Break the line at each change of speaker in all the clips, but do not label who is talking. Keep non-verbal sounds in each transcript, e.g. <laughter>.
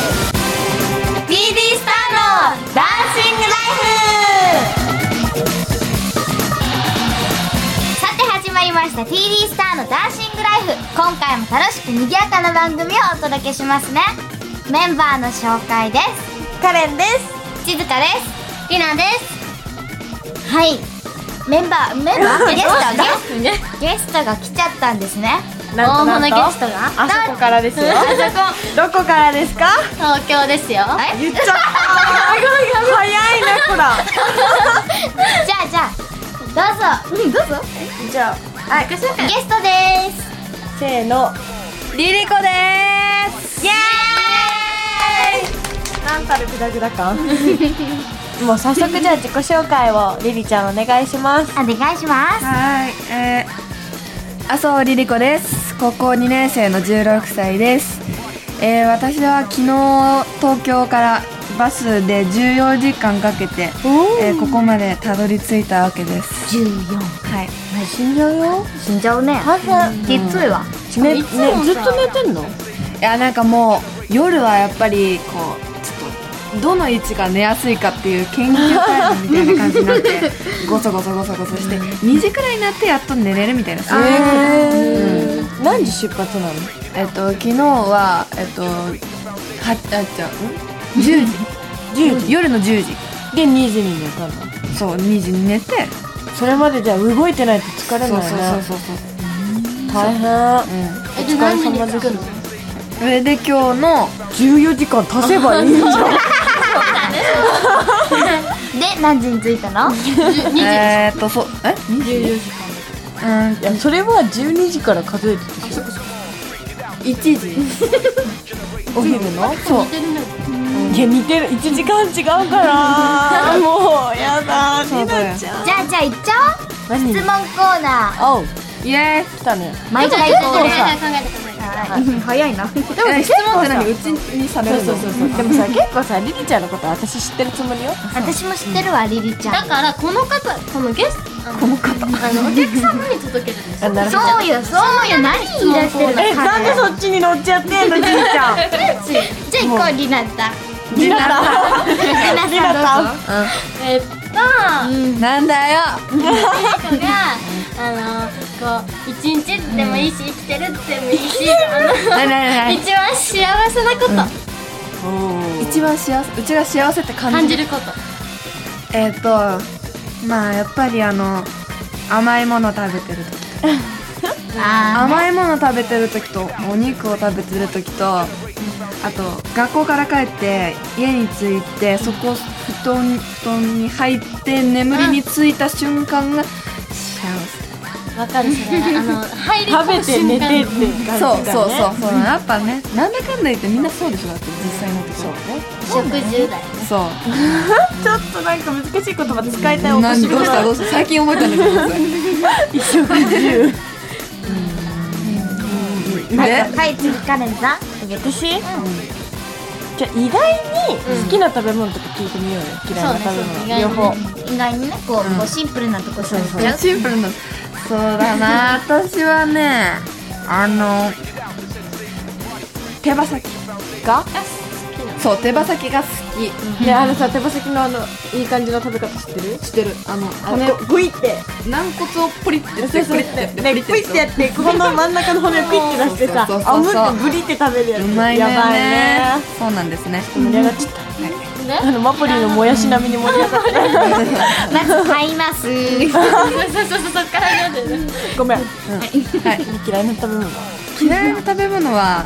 BD スターのダンシングライフさて始まりました TD スターのダンシングライフ今回も楽しく賑やかな番組をお届けしますねメンバーの紹介ですカレンです静香ですりなですはいメンバーメンバーゲストゲスト
ね
ゲストが来ちゃったんですね
な
大
んと
物
なんと
ゲストが
あそこからですよどこからですか
東京ですよえ
言っちゃった早いねこら
じゃあじゃあどうぞ、どうぞ
じゃあはい
ゲストです
せーのリリコです
イエ
なんたるグダグダ <laughs> 感もう早速じゃあ自己紹介をリリちゃんお願いします
ーイお願いします
はい、えー、麻生リリ子です。高校2年生の16歳です。えー、私は昨日東京からバスで14時間かけて、えーここまでたどり着いたわけです。
14
はい。
死んじゃうよ
死んじゃうね
大変
きついわ
ねね
いつもさ
ずっと寝てんの
いやなんかもう夜はやっぱりこうちょっとどの位置が寝やすいかっていう研究タイムみたいな感じになって
<laughs>
ごそごそごそごそして2時くらいになってやっと寝れるみたいなそういう
えー、何時出発なの
えっと、昨日は、えっと、は、あ、じゃあ、ん <laughs> 十
10
時。夜の10時。
で2時に寝たの
そう、2時に寝て。
それまでじゃあ動いてないと疲れない
そう
ね
そうそうそうそう。
大変
う
お疲れ様です
ん。それで今日の、
14時間足せばい <laughs> いんじゃん
で何時に着いたの
えー、っと、そう、え ?24 時間。うん
いやそれは12時から数えてたでしょ
1時。お昼のそう。
いや似てる1時間違うから <laughs> もうやだ
そうだよ
ちゃん
じゃあじゃあ行っちゃおう
何
質問コーナー
おう
イエーイ。
来たね
毎回
結構さ
早いな
でも
え
結
質問
構
って
さ
何うちにされ
そう
る
そ
の
うそうそうでもさ結構さリリちゃんのこと私知ってるつもりよ
私も知ってるわリリちゃん
だからこの方このゲストこの方あのお客様に届けるんです
あなるほど
そうよそうよ何言い出してるの
えなんでそっちに乗っちゃってんのリリちゃん
じゃあ行こうリナタ
リナさん
リナ
リナ
さんど
さ
うん
えっと、
なんだよ。
猫があのこう一日でもいいし生きてるってでもいいしあの
なになになに
一番幸せなこ
<laughs>
と、
一番幸せ、うちが幸せって感じる
感じること
えっ、とまあやっぱりあの甘いもの食べてる時
あ
甘いもの食べてる時とお肉を食べてる時とあと学校から帰って家に着いてそこ布団布団に入って眠りについた瞬間が幸
わかるそれあの入
<laughs>
り
食べて寝てって
込む瞬
せ
感じ
そ
だ
う
ね
そうそうそうやっぱねなんだかんだ言ってみんなそうでしょだって実際のとこ
そうね
間食事だよ
ろそう
ちょっとなんか難しい言葉使いたいお
何
年
どうしたどうした最近覚えたんだけどそれ <laughs>
一食十
で
はい次カレンさん
私、うん、じゃあ意外に好きな食べ物とか聞いてみようよ嫌いな食べ
そう
物、
ね
両方
意外にねこうこうシンプルなとこそうしちゃう
シンプルなそうだな私はねあの手羽先
が
そう手羽先が好き
ねあのさ手羽先のあのいい感じの食べ方知ってる
してるあの
骨
骨
グイって
軟骨をポリって
そうそう
ポ
ね
リってやってポリって
プイってやってここの真ん中の骨をピッて出してさ
そうそう
あ
そう
む
そう
ってグリって食べるやつ
うまいね
やばいね
そうなんですね
盛り上がっちゃった
ね
あのマポリンのもやし並みに盛り上がった
まず買います
そうそうそうそっから読んでる
ごめん
はい
嫌いな食べ物
嫌いな食べ物は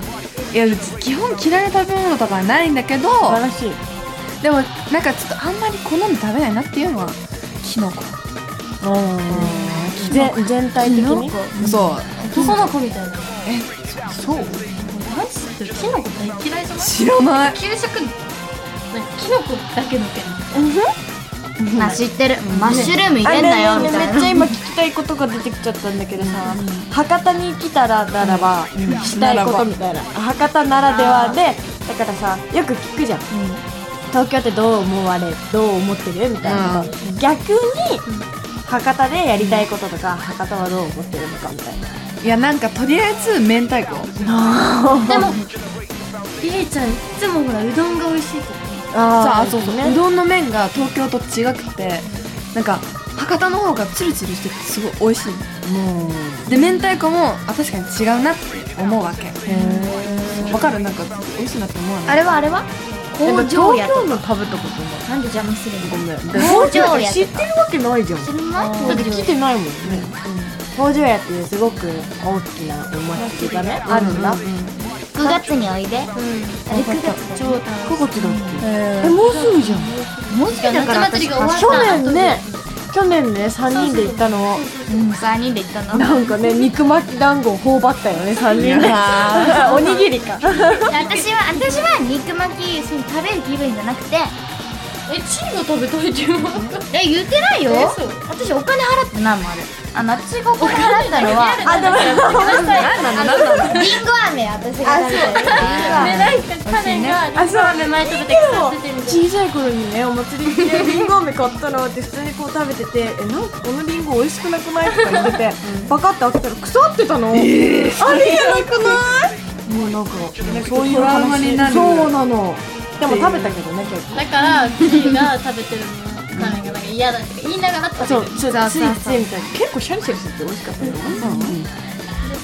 いやうち基本嫌いな食べ物とかはないんだけど
素晴らしい
でもなんかちょっとあんまり好んで食べないなっていうのはキノコ
うんぜ全体的に
そう
男の子みたいな
えそう
男子ってキノコ大嫌いじゃない
知らない
給食なんかキノコだけのけ
まあ知ってるマッシュルーム入れんだ
あ
よ
ね
み
えね
た
えねえ
いな
めっちゃ今聞きたいことが出てきちゃったんだけどさ、博多に来たらならば、したいことみたいな博多ならではでだからさよく聞くじゃん、東京ってどう思われどう思ってるみたいなこと、逆に博多でやりたいこととか博多はどう思ってるのかみたいない
やなんかとりあえず明太子
どでもりえちゃんいつもほらうどんが美味しいとか
さ
あ
あそうそううどんの麺が東京と違くてなんか博多の方がツルツルしててすごい美味しい
もう
で明太子もあ確かに違うなって思うわけわかるなんか美味しいなって思わない
れはあれは
やっぱ
工
東
場や
京の食べたことない
なんで邪魔するの
ごめん
工場や
知ってるわけないじゃんだ
知らない
って来てないもんね工場屋っていうすごく大きなお祭りがねあるんだ
9月においで
あれ9月超9月だっ
へ
けえ
ー
もうすぐじゃん
もうすぐだから
夏祭りが終わっ
去
た後
年ね去年ね3人で行ったの
うん3人で行ったの
なんかね肉巻き団子を頬張ったよね3人で <laughs> おにぎりか
私は私は肉巻きそう食べる気分じゃなくて
えチーが食べたいって言わなかっ
え言ってないよ
えそう
私お金払ってないもんあれあの私がお金払ったのは
あでも
リンゴ飴私が食べた
たでなんか彼が
あそう
目前食べて腐っててみたい
小さい頃にねお祭りでりんご飴買ったのって普通にこう食べてて「えなんかこのりんご美味しくなくない?」とか言ってて、パカッて開けたら腐ってたの、あれじゃなくないもうなんか、ね、そういう話
トラウマになる
そうなのでも食べたけどね結構
なだからチーが食べてるの彼がなんか嫌だとか言いながら食べて
そ
る
うそうついついみたいな結構シャリシャリしてて美味しかったよ、
ず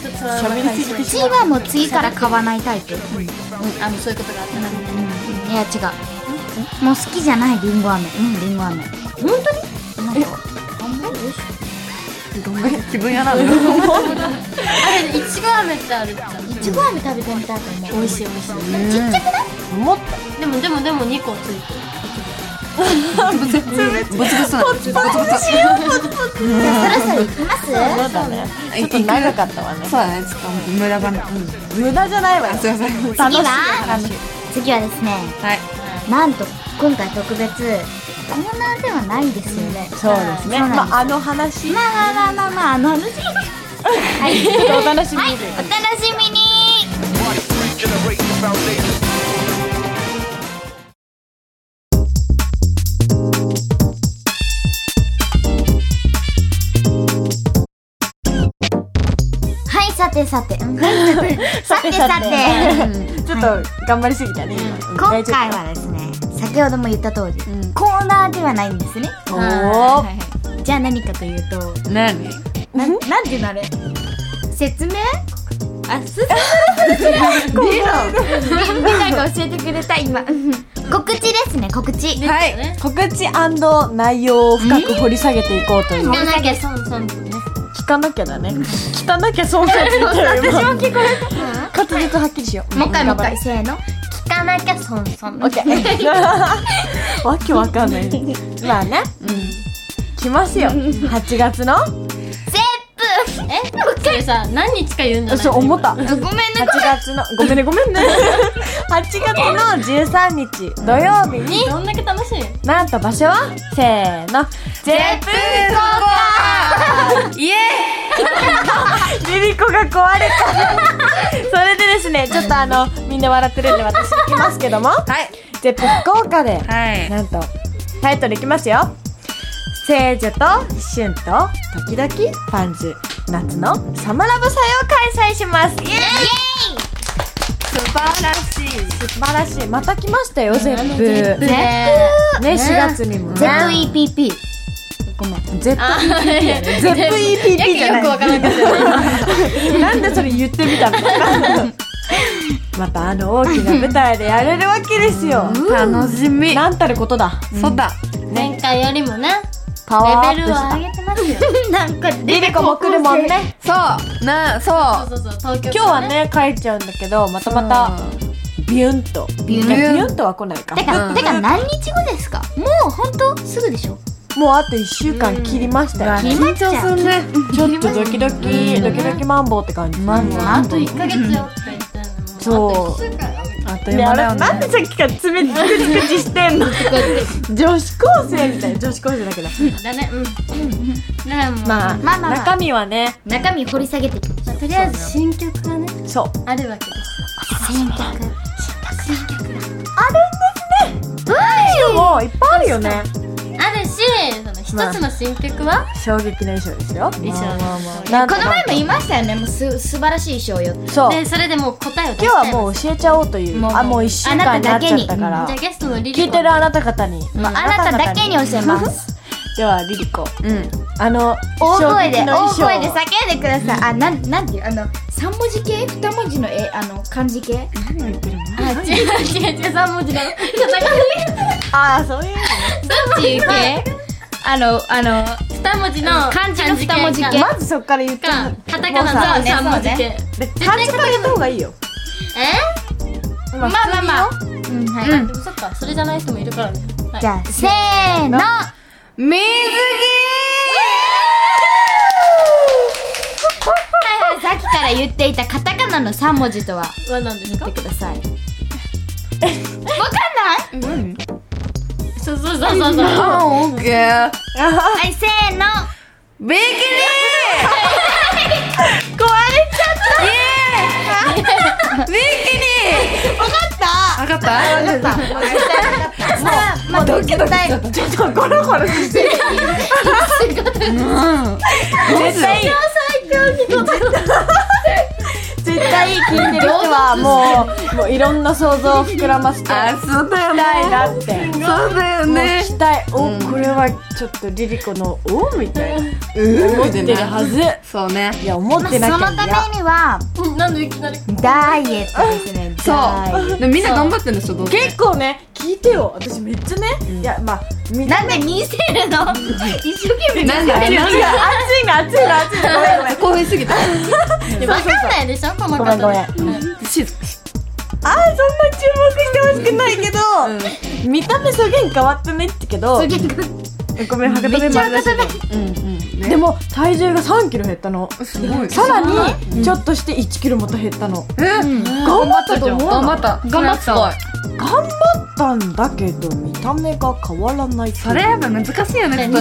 っとトラウマ
喋りすぎて
チーはもう次から買わないタイプ、い
うんあのそういうことがあったらみたいな
や違うもう好きじゃないリンゴ飴うんリンゴ飴
本当に
なんか
自分やなのよ
あれいちご飴ってあるじゃん
いちご飴食べてみたいと思う
美味しい美味しい
ちっちゃくない
うん、もっと
でもでもでも2個ついてる
ブツブツなのブツブツ
じゃあそろそろ行きます
そうだねちょっと長かったわね
そうだねちょっと無駄話
無駄じゃないわよ
すいません
次は次はですね
はい
なんと今回特別コーナーではないんですよね、
そ
そう
うですね
なんです
まああの話
まあまあまあまあまああの話はい
ちょっとお楽しみに、
はい、お楽しみにはい、さてさて。
<laughs>
さてさて。
ちょっと頑張りすぎたね、今
今回はですね、先ほども言った通り、コーナーではないんですね。
おお
はい
じゃあ何かというと、
何
ななんていうのあれ <laughs> 説明
あす
誰か教えてくれた今 <laughs> 告知ですね告知で
はい
告知内容を深く掘り下げていこうという、
もなきゃ
そうそうね
聞かなきゃだね聞かなきゃ損されてる私も聞こえた滑舌はっきりしよう
もう一回もう一回せーの聞かなきゃ損損
オッケー <laughs> わけわかんないまあね、来ますよ8月の
セップえもう一
それさ何日か言うんじゃない
そう思った
回ごめんね
8月のごめんねごめん <laughs> ね8月の13日土曜日に
どんだけ楽しい
なんと場所はせーのゼップ
イエ
<laughs> リリコが壊れた <laughs> それでですねちょっとあのみんな笑ってるんで私行きますけども
はい
ゼップ福岡で
はい
なんとタイトルいきますよ聖女と春と時々パンズ夏のサマラブ祭を開催しますイエ
素晴らしい
ーイ素晴らしいまた来ましたよゼップ
ーイ
ね
ね
4月にもね
ZEPP
ゼップ EPP やねゼップ EPP じゃない
よくわからなかった
なんでそれ言ってみたのまたあの大きな舞台でやれるわけですよ
楽しみ
なんたることだ
そうだ
前回よりもね
パ
レ
ワーアッ
ベ
プし
ル
た
は上げてますよ
なんか
リリコも来るもんね
そうなそう
そうそうそう東
今
京
日はね帰っちゃうんだけどまたまたビュンと
ビュン
いやビュンとは来ないか
て
う
か
ん
てか何日後ですかもうほんとすぐでしょ
もうあと1週間切りましたよ
決まっちゃう
するね
ちょっとドキドキドキドキマンボウって感じマンボウ
あと1ヶ月よって言ってんのも
そう
あっという
であ
間だ
れ
よね
なんでさっきから爪でクチクチしてんの <laughs> 女子高生みたいな女子高生だけど
だねうんだからもう
まあ
まあまあ
中身はね
中身掘り下げていきましょう
とりあえず新曲がね
そう
あるわけです
選曲選曲
もういっぱいあるよね
あるしその一一つの新曲は
衝撃の衣装ですよ
衣装
なん
ことの前も言いましたよねもうす素晴らしい衣装よって
そう
でそれでもう答えを出
今
し
日
ちゃ
はい
ます
もう教えちゃおうという
もう
あもう一週間になっちゃったか
あ
ら
じゃあゲストのリリコ
聞い
<laughs>
てるあなた方に
もうあなただけに教えます
<laughs> ではリリコ
うん
あの
大声で
衝撃の
大
衣装
声で叫んでくださいあなんなんていうあの三文字系二文字のえあの漢字系
あ違う違う違う三文字だろ
ああそうい
っ
う
ていう系あのあの
二文字の
漢字の二文字系
まずそっから言った
かカタ
も
カ
うさ
ナの三文字
そう
系
で漢字から言った方がいいよ
え
まあまあまあうんはい、
でもそっかそれじゃない人もいるからねはい
じゃあせーの
水着
はいはい、さっきから言っていたカタカナの3文字とは
は何ですか
言ってください。わかんない
そうそうそうそうそう
あオッケー
はい、せーの。
ビキニ
<laughs> 壊れちゃった。イエーイ
ビキ
わかった
ニわかった
わかった。わかった。さあ、まあ、ドキドキ。絶
ちょっとゴロゴロしてる
ですよ
対最強に答え
絶対聞いてる人はもうもういろんな想像を膨らませて
あそうだよね
たいなって
そうだよ
もう
ね
期待おこれはちょっとリリコのおみたいな
うん
思ってるはずい
そうね
や思ってなきゃ
その
い
た
や
めには、 <laughs>
うんなんでいきなり
ダイエットですね。
そうでもみんな頑張ってるんですよどうせ
結構ね聞いてよ私めっちゃね、いやまあみんな
なんで見せるの一生懸命。
なんだよ
熱いの熱いの熱いのごめんごめん
興奮しすぎた
わかんないでしょ細か
ごめんごめん
くね
静
あーそんな注目してほしくないけど、見た目そげん変わったねってけどごめん博多
め
弁
っちゃ
丸
赤
出し
ため。
うんうん
でも体重が3キロ減ったの
すごい
さらにちょっとして1キロまた減ったの、
え
頑張ったと思う
頑張った
頑張った
頑張ったんだけど見た目が変わらない
それやっぱ難しいよねちょっ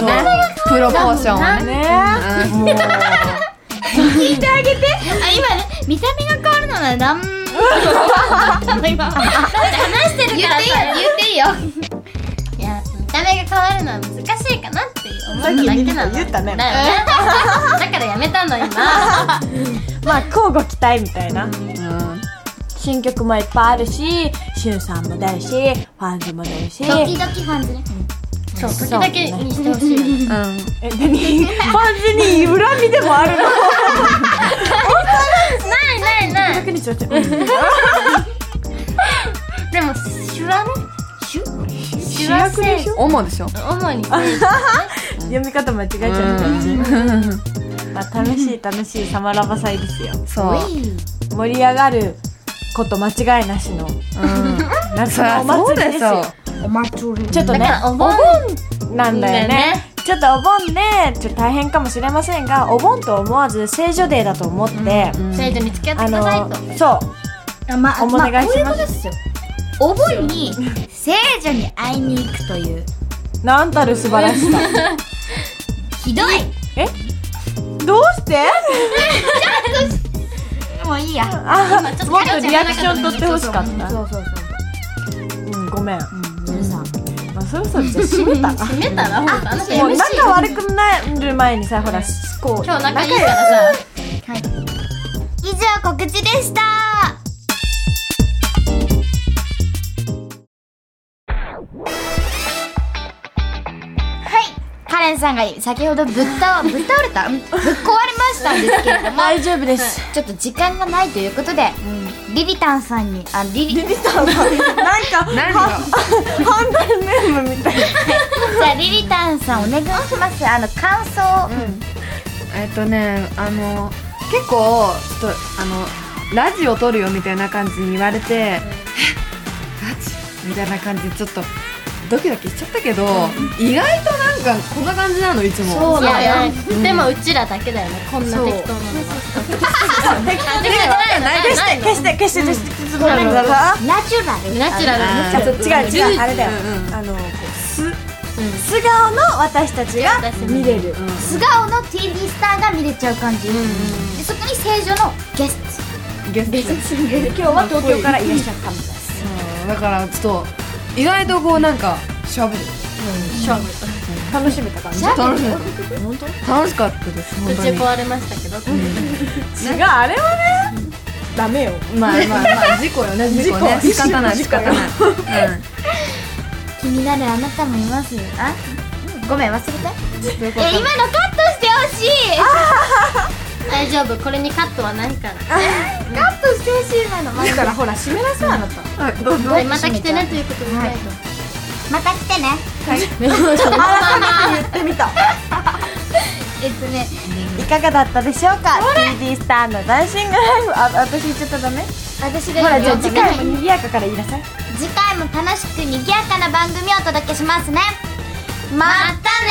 とね
見た
プロポーションはね
ね
うん
もう
聞いてあげて。あ、今ね、見た目が変わるのはなん。今。だって話してるから。言っていいよ。言
いや見た目が変わるのは難しいかなって思っただけなの
さっき言ったね
だよねだからやめたの今
まあ交互期待みたいな、新曲もいっぱいあるししゅんさんも出るしファンズも出るし
っていいよ。ドキドキファンズね。
そう時々にしてほしい
う
よね
ん
え何ファンズに恨みでもあるの
ないないない
逆にちょっと、うん
でもシュワねシュシュワ
主役でし
性
ょ
主でしょ
主に
読み方間違えちゃう感じ、まあ、楽しい楽しいサマラバ祭ですよ
そう
盛り上がること間違いなしの夏
そり
の
ゃ
お
そう
祭り
で
です
しょ
よちょっとね
だから
お
お盆
盆なんだよね
だよね
ちょっとお盆ねちょっと大変かもしれませんがお盆と思わず聖女デーだと思って、
生徒に付き合って
あ
くださいと
のそう
あまあ、
お願いし
まあこういうこ
ます
とですよ。お盆に聖女に会いに行くという
なんたる素晴らしさ
ひどい。
えどうして
もういいや。
あ
ちょっと
もっとリアクション取ってほしかった
そうそう
うんごめん、
そう。うん、さ
まあ、そろそろじゃあ閉めたら
決めたらもうあの人
もう
MC
仲悪くなる前にさほらこう
今日仲いいからさ
以上告知でした。はい、カレンさんが先ほどぶったぶっ倒れた、うんぶっ壊れましたんですけれども、
大丈夫です
ちょっと時間がないということで、リリタンさんにあリリ
リタンがなんか
何が
ハンダルネームみたい
じゃあリリタンさんお願いします。あの感想。
えっとねあの結構ちょっとあのラジオ撮るよみたいな感じに言われて「えラジオ?」みたいな感じでちょっとドキドキしちゃったけど、意外となんかこんな感じなのいつも
そうだ
い
よ
やいやでもうちらだけだよねこんな適当なの
適当
適当ないのない
消し
な
て
いの
消して消して消して消して消して
ナチュラル。
ナチュラル
あ
ちょっと違う違うあれだよ
うんうん
あのこう素素顔の私たちが見れる
素顔の TV スターが見れちゃう感じ。でそこに正常のゲス
ゲスト
で今日は東京からいらっしゃったみたいです
うんだからちょっと意外とこうなんかしゃべる
勝負
楽しめた感じ
じゃあ
楽しかった楽しかったです本
途
当
中
に
壊れましたけど
違うあれはねダメよ
まあまあまあ事故よね事故ね
事故
仕方ない
事
仕
故
方
よ
ない、うん
気になるあなたもいますよあごめん忘れたえ今のカットしてほしい
大丈夫これにカットはないから
カットしてほしい今のま
だからほら締めなさいあなた
あどうぞ
はいまた来てねということで
はいまた来てね
改めて言ってみた
えっとね
いかがだったでしょうか TD スターのダンシングライブあ私言っちゃったダメ
私が
ほら
今
じゃあ次回も
読んだ
賑やかから言いなさい
次回も楽しく賑やかな番組をお届けしますねまたね